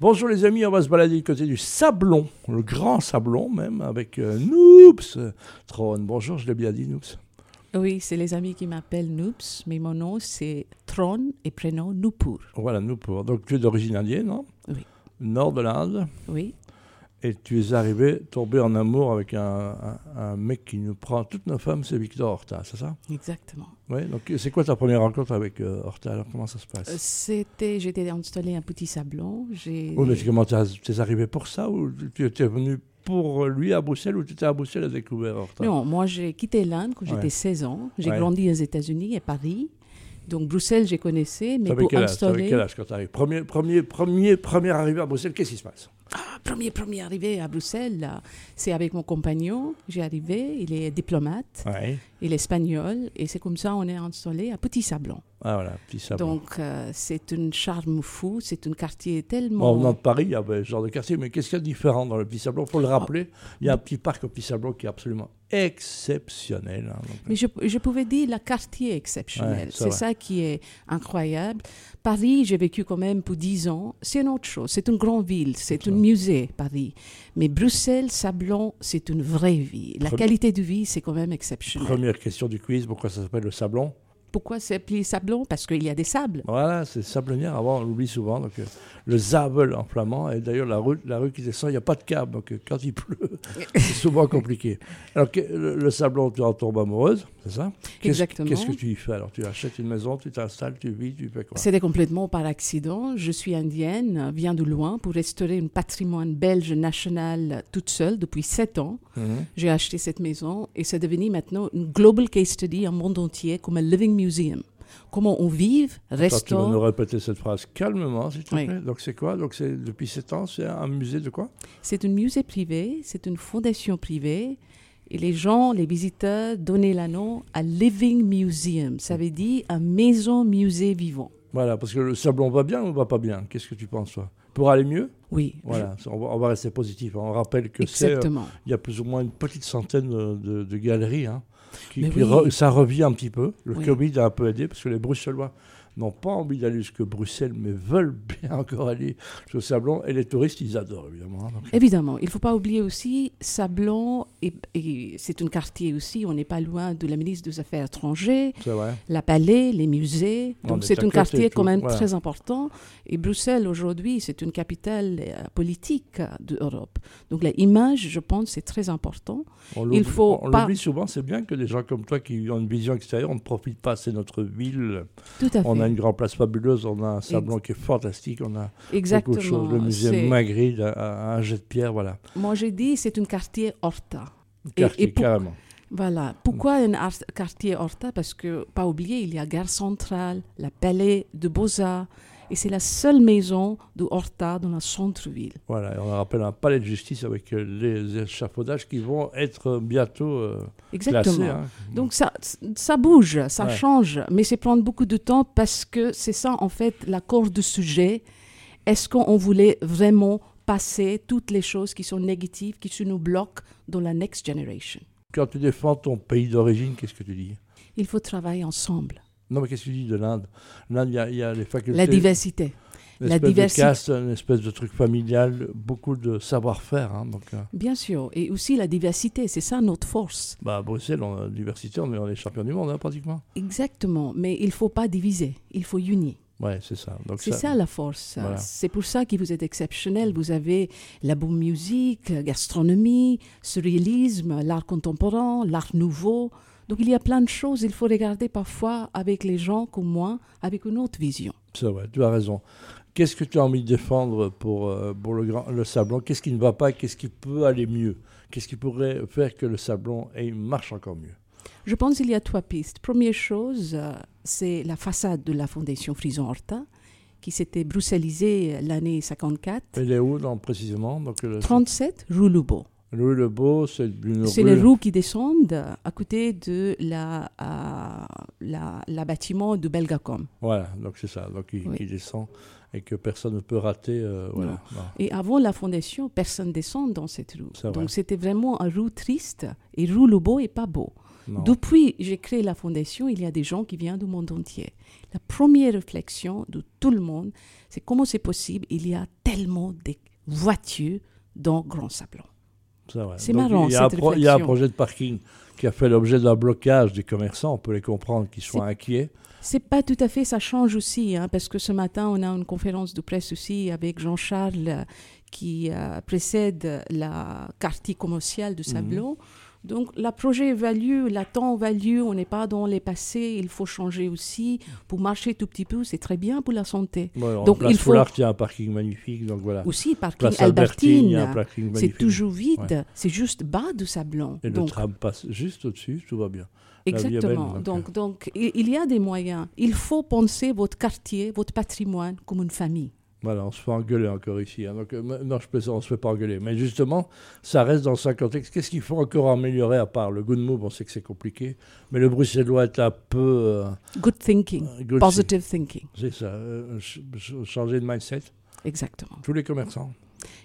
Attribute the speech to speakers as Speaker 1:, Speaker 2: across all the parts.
Speaker 1: Bonjour les amis, on va se balader du côté du Sablon, le grand Sablon même, avec euh, Noops Tron. Bonjour, je l'ai bien dit Noops.
Speaker 2: Oui, c'est les amis qui m'appellent Noops, mais mon nom c'est Tron et prénom Nupur.
Speaker 1: Voilà, Noops. Donc tu es d'origine indienne, non
Speaker 2: Oui.
Speaker 1: Nord de l'Inde.
Speaker 2: Oui,
Speaker 1: Et tu es arrivé, tombé en amour avec un, un- un mec qui nous prend toutes nos femmes, c'est Victor Horta, c'est ça
Speaker 2: exactement.
Speaker 1: Oui, donc c'est quoi ta première rencontre avec euh, Horta Alors comment ça se passe
Speaker 2: Euh, C'était, j'étais installée à un petit sablon. J'ai.
Speaker 1: Oui, Oh, mais tu- comment t'as- t'es arrivé pour ça Ou tu étais venu pour lui à Bruxelles ou tu étais à Bruxelles à découvert Horta
Speaker 2: Non, moi j'ai quitté l'Inde quand j'étais
Speaker 1: Ouais.
Speaker 2: 16 ans. J'ai
Speaker 1: Ouais.
Speaker 2: grandi aux États-Unis, à Paris. Donc Bruxelles, j'ai connaissais, mais
Speaker 1: T'avais
Speaker 2: pour
Speaker 1: quel, âge- t'avais
Speaker 2: installer.
Speaker 1: quel âge quand t'arrives Premier, premier, premier, premier arrivé à Bruxelles, qu'est-ce qui se passe
Speaker 2: Ah, premier, premier arrivé à Bruxelles, là, c'est avec mon compagnon. J'ai arrivé, il est diplomate,
Speaker 1: Ouais.
Speaker 2: il est espagnol, et c'est comme ça on est installé à Petit Sablon.
Speaker 1: Ah voilà, petit sablon.
Speaker 2: Donc euh, c'est un charme fou, c'est un quartier
Speaker 1: Bon, en
Speaker 2: tellement.
Speaker 1: venant de Paris, il y avait ce genre de quartier, mais qu'est-ce qu'il y a de différent dans le Petit Sablon Pour le
Speaker 2: Ah.
Speaker 1: rappeler, il y a un petit parc au Petit Sablon qui est absolument exceptionnel. hein, donc,
Speaker 2: Mais je, je pouvais dire le quartier
Speaker 1: Ouais,
Speaker 2: exceptionnel.
Speaker 1: c'est
Speaker 2: c'est
Speaker 1: vrai.
Speaker 2: ça qui est incroyable. Paris, j'ai vécu quand même pour 10 ans. C'est une autre chose. C'est une grande ville. C'est un musée, Paris. Mais Bruxelles, Sablon, c'est une vraie vie. La
Speaker 1: Pre-
Speaker 2: qualité de vie, c'est quand même exceptionnel.
Speaker 1: Première question du quiz, pourquoi ça s'appelle le Sablon
Speaker 2: Pourquoi c'est appelé Sablon Parce qu'il y a des sables.
Speaker 1: Voilà, c'est Sablonnière, avant on l'oublie souvent, donc euh, le Zabel en flamand, et d'ailleurs la rue, la rue qui descend, il n'y a pas de câble, donc euh, quand il pleut, c'est souvent compliqué. Alors que- le, le Sablon, tu en tombes amoureuse, c'est ça Qu'est-ce-
Speaker 2: Exactement.
Speaker 1: Qu'est-ce que tu y fais Alors tu achètes une maison, tu t'installes, tu vis, tu fais quoi
Speaker 2: C'était complètement par accident. Je suis indienne, viens de loin pour restaurer un patrimoine belge national toute seule depuis sept ans.
Speaker 1: Mhm.
Speaker 2: J'ai acheté cette maison et c'est devenu maintenant une global case study en monde entier comme un living museum. Comment on vit,
Speaker 1: Toi, tu vas nous
Speaker 2: restaure.
Speaker 1: répéter cette phrase calmement, s'il te
Speaker 2: Oui.
Speaker 1: plaît. Donc c'est quoi Donc c'est depuis 7 ans, c'est un musée de quoi
Speaker 2: C'est un musée privé, c'est une fondation privée. Et les gens, les visiteurs, donnaient le nom à Living Museum. Ça veut dire un maison musée vivant.
Speaker 1: Voilà, parce que le sablon va bien ou va pas bien Qu'est-ce que tu penses toi Pour aller mieux
Speaker 2: Oui,
Speaker 1: Voilà, on va, on va rester positif. On rappelle
Speaker 2: je-
Speaker 1: que c'est, euh,
Speaker 2: exactement.
Speaker 1: il y a plus ou moins une petite centaine euh, de, de galeries. hein, qui-
Speaker 2: Mais
Speaker 1: qui
Speaker 2: oui.
Speaker 1: re- ça revient un petit peu. Le
Speaker 2: Oui.
Speaker 1: Covid a un peu aidé parce que les Bruxellois n'ont pas envie d'aller jusque Bruxelles, mais veulent bien encore aller sur Sablon. Et les touristes, ils adorent évidemment. hein, donc,
Speaker 2: Évidemment, il ne faut pas oublier aussi Sablon, et, et c'est un quartier aussi, on n'est pas loin de la ministre des Affaires étrangères,
Speaker 1: c'est vrai.
Speaker 2: la Palais, les musées.
Speaker 1: On
Speaker 2: Donc
Speaker 1: est
Speaker 2: c'est
Speaker 1: à
Speaker 2: un
Speaker 1: côté,
Speaker 2: quartier
Speaker 1: tout,
Speaker 2: quand même
Speaker 1: voilà.
Speaker 2: très important. Et Bruxelles aujourd'hui, c'est une capitale euh, politique euh, de l'Europe. Donc l'image, je pense, c'est très important.
Speaker 1: On
Speaker 2: Il
Speaker 1: l'oublie-
Speaker 2: faut
Speaker 1: on
Speaker 2: pas-
Speaker 1: l'oublie souvent, c'est bien que des gens comme toi qui ont une vision extérieure, on ne profite pas, c'est notre ville.
Speaker 2: Tout à
Speaker 1: On a
Speaker 2: fait.
Speaker 1: une grande place fabuleuse, on a un sablon qui est fantastique, on a
Speaker 2: Exactement.
Speaker 1: beaucoup de choses, le musée
Speaker 2: C'est-
Speaker 1: Magritte, un- un, un jet de pierre, voilà.
Speaker 2: Moi j'ai dit, c'est un quartier Horta. Et-
Speaker 1: Quartier,
Speaker 2: et pour-
Speaker 1: carrément.
Speaker 2: Voilà. Pourquoi un ar- quartier Horta Parce que, pas oublier, il y a Gare Centrale, la Palais de Beaux-Arts, et c'est la seule maison de Horta dans la centre-ville.
Speaker 1: Voilà, et on rappelle un palais de justice avec euh, les échafaudages qui vont être euh, bientôt euh,
Speaker 2: Exactement.
Speaker 1: classés. hein.
Speaker 2: Donc ça, ça bouge, ça
Speaker 1: Ouais.
Speaker 2: change, mais c'est prendre beaucoup de temps parce que c'est ça, en fait, l'accord de sujet. Est-ce qu'on voulait vraiment passer toutes les choses qui sont négatives, qui se nous bloquent dans la next generation
Speaker 1: Quand tu défends ton pays d'origine, qu'est-ce que tu dis
Speaker 2: Il faut travailler ensemble.
Speaker 1: Non, mais qu'est-ce que tu dis de l'Inde L'Inde, il y, a- il y a les facultés.
Speaker 2: La diversité.
Speaker 1: une
Speaker 2: la
Speaker 1: espèce de
Speaker 2: diversi-
Speaker 1: caste, une espèce de truc familial, beaucoup de savoir-faire. hein, donc, euh,
Speaker 2: Bien sûr, et aussi la diversité, c'est ça notre force.
Speaker 1: bah, à Bruxelles, on a la diversité, on est, on est champion du monde, hein, pratiquement.
Speaker 2: Exactement, mais il ne faut pas diviser, il faut unir.
Speaker 1: Ouais, c'est ça. Donc,
Speaker 2: C'est ça, la force.
Speaker 1: Voilà.
Speaker 2: C'est pour ça que vous êtes exceptionnel. Vous avez la bonne musique, la gastronomie, surréalisme, l'art contemporain, l'art nouveau. Donc il y a plein de choses. Il faut regarder parfois avec les gens comme moi, avec une autre vision.
Speaker 1: C'est vrai, tu as raison. Qu'est-ce que tu as envie de défendre pour, euh, pour le, grand, le sablon Qu'est-ce qui ne va pas Qu'est-ce qui peut aller mieux Qu'est-ce qui pourrait faire que le sablon ait- marche encore mieux
Speaker 2: Je pense qu'il y a trois pistes. Première chose, euh, c'est la façade de la Fondation Frison Horta, qui s'était bruxellisée l'année 54.
Speaker 1: Elle est où, donc, précisément donc, le,
Speaker 2: 37, rue Lubot.
Speaker 1: Louis Le Beau, c'est une
Speaker 2: C'est
Speaker 1: rue-
Speaker 2: les roues qui descendent euh, à côté de la, euh, la, la bâtiment de Belgacom.
Speaker 1: Voilà, donc c'est ça, donc il,
Speaker 2: Oui.
Speaker 1: il descend et que personne ne peut rater. euh, voilà. Non.
Speaker 2: Et avant la fondation, personne descend dans cette rue.
Speaker 1: C'est vrai.
Speaker 2: Donc c'était vraiment un rue triste. Et rue Lobo est pas beau.
Speaker 1: Non.
Speaker 2: Depuis j'ai créé la fondation, il y a des gens qui viennent du monde entier. La première réflexion de tout le monde, c'est comment c'est possible, il y a tellement de voitures dans Grand Sablon.
Speaker 1: Ça, ouais.
Speaker 2: C'est
Speaker 1: Donc,
Speaker 2: marrant,
Speaker 1: Il y, a un
Speaker 2: cette
Speaker 1: pro- il y a un
Speaker 2: réflexion.
Speaker 1: projet de parking qui a fait l'objet d'un blocage des commerçants. On peut les comprendre qu'ils soient inquiets.
Speaker 2: C'est pas tout à fait, ça change aussi, hein, parce que ce matin, on a une conférence de presse aussi avec Jean-Charles euh, qui euh, précède la quartier commerciale de
Speaker 1: Mhm.
Speaker 2: Sablon. Donc, la projet value, la temps value, on n'est pas dans les passés, il faut changer aussi. Pour marcher tout petit peu, c'est très bien pour la santé.
Speaker 1: Ouais, en
Speaker 2: Donc,
Speaker 1: place
Speaker 2: il faut-
Speaker 1: Foulard, il y a un parking magnifique. Donc voilà.
Speaker 2: Aussi, parking
Speaker 1: Place Albertine, il y a un
Speaker 2: Albertine,
Speaker 1: parking magnifique.
Speaker 2: c'est toujours vide, c'est juste bas de Sablon.
Speaker 1: Et le
Speaker 2: Donc,
Speaker 1: tram passe juste au-dessus, tout va bien. La vie est belle,
Speaker 2: Exactement.
Speaker 1: Ben, donc, euh.
Speaker 2: donc, donc, il il y a des moyens. Il faut penser votre quartier, votre patrimoine comme une famille.
Speaker 1: Voilà, on se fait engueuler encore ici. hein. Donc, euh, m- non, je plaisante, on ne se fait pas engueuler. Mais justement, ça reste dans un contexte. Qu'est-ce qu'il faut encore améliorer à part le good move On sait que c'est compliqué. Mais le bruxellois est un peu. euh,
Speaker 2: Good thinking,
Speaker 1: good-
Speaker 2: positive thinking.
Speaker 1: C'est ça. euh, ch- ch- changer de mindset.
Speaker 2: Exactement.
Speaker 1: Tous les commerçants.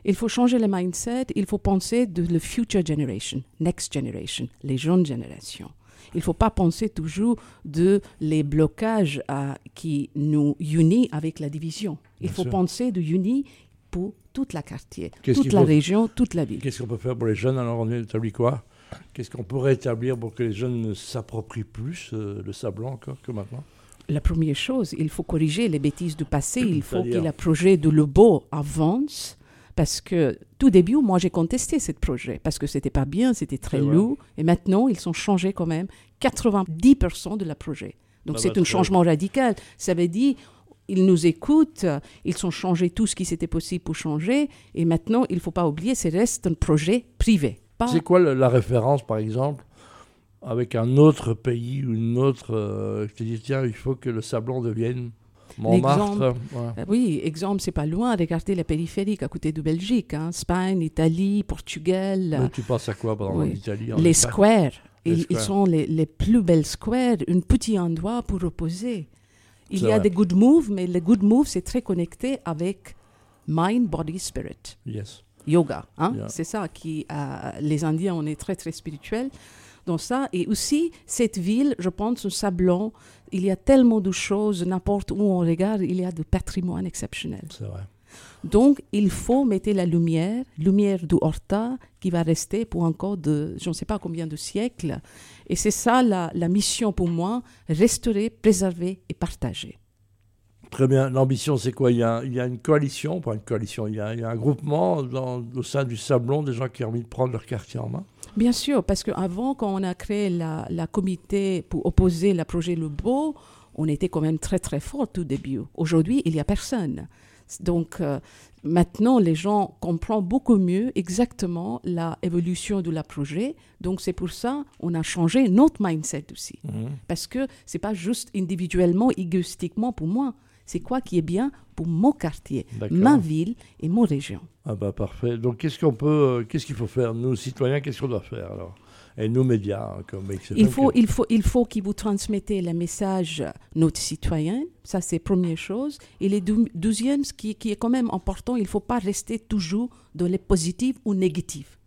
Speaker 2: Il faut changer le mindset, il faut penser de la future generation, next generation, les jeunes générations. Il ne faut pas penser toujours de les blocages à- qui nous unissent avec la division. Il
Speaker 1: Bien
Speaker 2: faut
Speaker 1: sûr.
Speaker 2: penser de unir pour toute la quartier,
Speaker 1: Qu'est-ce
Speaker 2: toute
Speaker 1: qu'il
Speaker 2: la
Speaker 1: faut-
Speaker 2: région, toute la ville.
Speaker 1: Qu'est-ce qu'on peut faire pour les jeunes Alors, on établit quoi Qu'est-ce qu'on pourrait établir pour que les jeunes ne s'approprient plus euh, le sable blanc encore que maintenant
Speaker 2: La première chose, il faut corriger les bêtises du passé. Il faut
Speaker 1: C'est-à-dire
Speaker 2: que le projet de Le Beau avance. Parce que tout début, moi, j'ai contesté ce projet parce que c'était pas bien, c'était très
Speaker 1: C'est vrai.
Speaker 2: lourd. Et maintenant, ils ont changé quand même 90% de la projet. Donc
Speaker 1: Ça va
Speaker 2: c'est
Speaker 1: très
Speaker 2: un changement radical. Ça veut dire ils nous écoutent, ils ont changé tout ce qui s'était possible pour changer. Et maintenant, il faut pas oublier, c'est reste un projet privé. Pas
Speaker 1: C'est quoi le- la référence, par exemple, avec un autre pays ou une autre euh, qui dit tiens, il faut que le sablon devienne Montmartre ouais.
Speaker 2: Euh, Oui, exemple, c'est pas loin. Regardez la périphérique à côté de Belgique, hein, Espagne, Italie, Portugal,
Speaker 1: Donc, tu penses à quoi, par exemple,
Speaker 2: oui.
Speaker 1: en Italie
Speaker 2: euh,
Speaker 1: en
Speaker 2: les
Speaker 1: Espagne
Speaker 2: squares.
Speaker 1: Les
Speaker 2: Ils, ils
Speaker 1: squares.
Speaker 2: sont les, les plus belles squares, un petit endroit pour reposer. Il
Speaker 1: C'est
Speaker 2: y a
Speaker 1: vrai.
Speaker 2: des good moves, mais les good moves, c'est très connecté avec mind, body, spirit,
Speaker 1: Yes.
Speaker 2: yoga. hein.
Speaker 1: Yeah.
Speaker 2: C'est ça qui, euh, les Indiens, on est très, très spirituels dans ça. Et aussi, cette ville, je pense, au Sablon, il y a tellement de choses, n'importe où on regarde, il y a du patrimoine exceptionnel.
Speaker 1: C'est vrai.
Speaker 2: Donc, il faut mettre la lumière, lumière du Horta, qui va rester pour encore de, je ne sais pas combien de siècles. Et c'est ça la, la mission pour moi, restaurer, préserver et partager.
Speaker 1: Très bien. L'ambition, c'est quoi il y, a, il y a une coalition, pas une coalition, il y a, il y a un groupement dans, au sein du sablon des gens qui ont envie de prendre leur quartier en main.
Speaker 2: Bien sûr, parce qu'avant, quand on a créé la, la comité pour opposer le projet Le Beau, on était quand même très très fort tout début. Aujourd'hui, il n'y a personne. Donc euh, maintenant, les gens comprennent beaucoup mieux exactement l'évolution de la projet. Donc c'est pour ça on a changé notre mindset aussi. Parce que c'est pas juste individuellement, égoïstiquement pour moi. C'est quoi qui est bien pour mon quartier,
Speaker 1: D'accord.
Speaker 2: ma ville et mon région.
Speaker 1: Ah bah parfait. Donc qu'est-ce qu'on peut, euh, qu'est-ce qu'il faut faire nous citoyens, qu'est-ce qu'on doit faire alors Et nous médias hein, comme XFM,
Speaker 2: Il faut,
Speaker 1: que-
Speaker 2: il faut, il faut qu'ils vous transmettez le message euh, notre citoyen. Ça, c'est première chose. Et le dou- deuxième, ce qui, qui est quand même important, il ne faut pas rester toujours dans les positifs ou négatifs.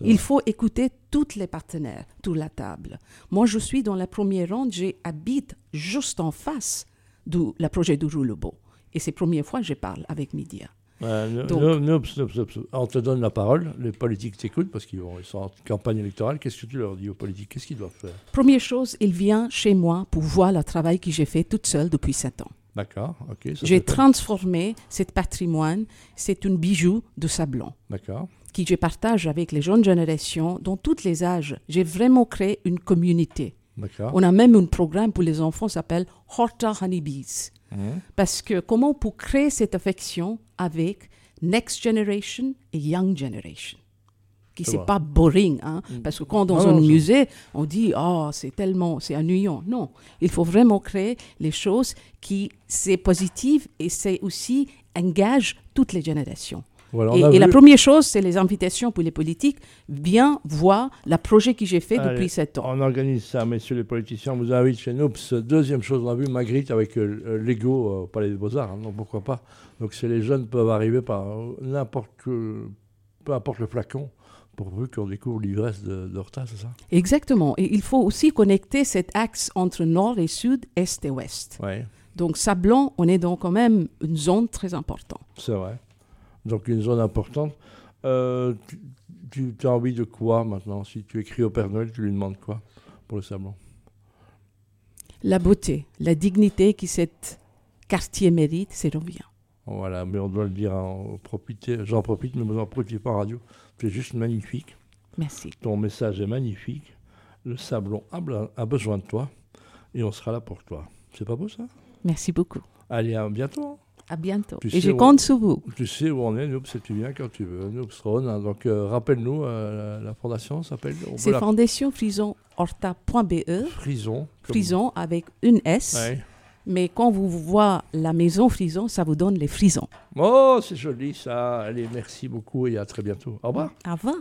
Speaker 1: C'est
Speaker 2: Il faut écouter tous les partenaires, toute la table. Moi, je suis dans la première ronde, j'habite juste en face du la projet du Roule Beau. Et c'est la première fois que je parle avec Média.
Speaker 1: Ouais, nous-
Speaker 2: Donc-
Speaker 1: nous- nous, pss, pss, pss. On te donne la parole, les politiques t'écoutent parce qu'ils vont- ils sont en campagne électorale. Qu'est-ce que tu leur dis aux politiques Qu'est-ce qu'ils doivent faire
Speaker 2: Première chose, il vient chez moi pour voir le travail que j'ai fait toute seule depuis sept ans.
Speaker 1: D'accord, ok. ça
Speaker 2: J'ai
Speaker 1: c'est fait.
Speaker 2: transformé ce patrimoine, c'est un bijou de sablon
Speaker 1: D'accord.
Speaker 2: que je partage avec les jeunes générations dans tous les âges. J'ai vraiment créé une communauté.
Speaker 1: D'accord.
Speaker 2: On a même un programme pour les enfants qui s'appelle Horta Honeybees.
Speaker 1: Mhm.
Speaker 2: Parce que comment pour créer cette affection avec Next Generation et Young Generation qui
Speaker 1: Ça
Speaker 2: c'est
Speaker 1: va. Mm.
Speaker 2: pas boring, hein, parce que quand dans
Speaker 1: Non,
Speaker 2: un
Speaker 1: non, je-
Speaker 2: musée, on dit « Oh, c'est tellement, c'est ennuyant ». Non, il faut vraiment créer les choses qui, c'est positif et c'est aussi engage toutes les générations.
Speaker 1: Voilà, on
Speaker 2: Et,
Speaker 1: a
Speaker 2: et la
Speaker 1: vu-
Speaker 2: première chose, c'est les invitations pour les politiques. Bien voir le projet que j'ai fait
Speaker 1: Allez,
Speaker 2: depuis sept ans.
Speaker 1: On organise ça, messieurs les politiciens. On vous invite chez nous. Pss, Deuxième chose, on a vu Magritte avec euh, euh, Lego euh, au Palais des Beaux-Arts. hein, donc pourquoi pas Donc c'est les jeunes peuvent arriver par euh, n'importe que- peu importe le flacon, pourvu qu'on découvre l'ivresse de, d'Horta, c'est ça
Speaker 2: Exactement. Et il faut aussi connecter cet axe entre nord et sud, est et ouest.
Speaker 1: Oui,
Speaker 2: Donc Sablon, on est dans quand même une zone très importante.
Speaker 1: c'est vrai. Donc une zone importante. Euh, tu, tu- tu as envie de quoi maintenant Si tu écris au Père Noël, tu lui demandes quoi pour le sablon
Speaker 2: La beauté, la dignité qui cet quartier mérite, c'est revient.
Speaker 1: Voilà, mais on doit le dire, en profiter, j'en profite, mais vous en profitez pas en radio. C'est juste magnifique.
Speaker 2: Merci.
Speaker 1: Ton message est magnifique. Le sablon a, bla- a besoin de toi et on sera là pour toi. C'est pas beau ça
Speaker 2: Merci beaucoup.
Speaker 1: Allez, à bientôt.
Speaker 2: À bientôt.
Speaker 1: Tu
Speaker 2: Et
Speaker 1: sais
Speaker 2: je
Speaker 1: où-
Speaker 2: compte sur vous.
Speaker 1: Tu sais où on est, Noob, c'est tu viens quand tu veux, Noobstrone. hein. Donc euh, rappelle-nous, euh, la fondation s'appelle on peut
Speaker 2: C'est
Speaker 1: la-
Speaker 2: fondation frisonorta.be,
Speaker 1: Frison. comme-
Speaker 2: E, frison avec une S,
Speaker 1: Ouais.
Speaker 2: mais quand vous voyez la maison frison, ça vous donne les frisons.
Speaker 1: Oh, c'est joli ça. Allez, merci beaucoup et à très bientôt. Au revoir.
Speaker 2: Au revoir.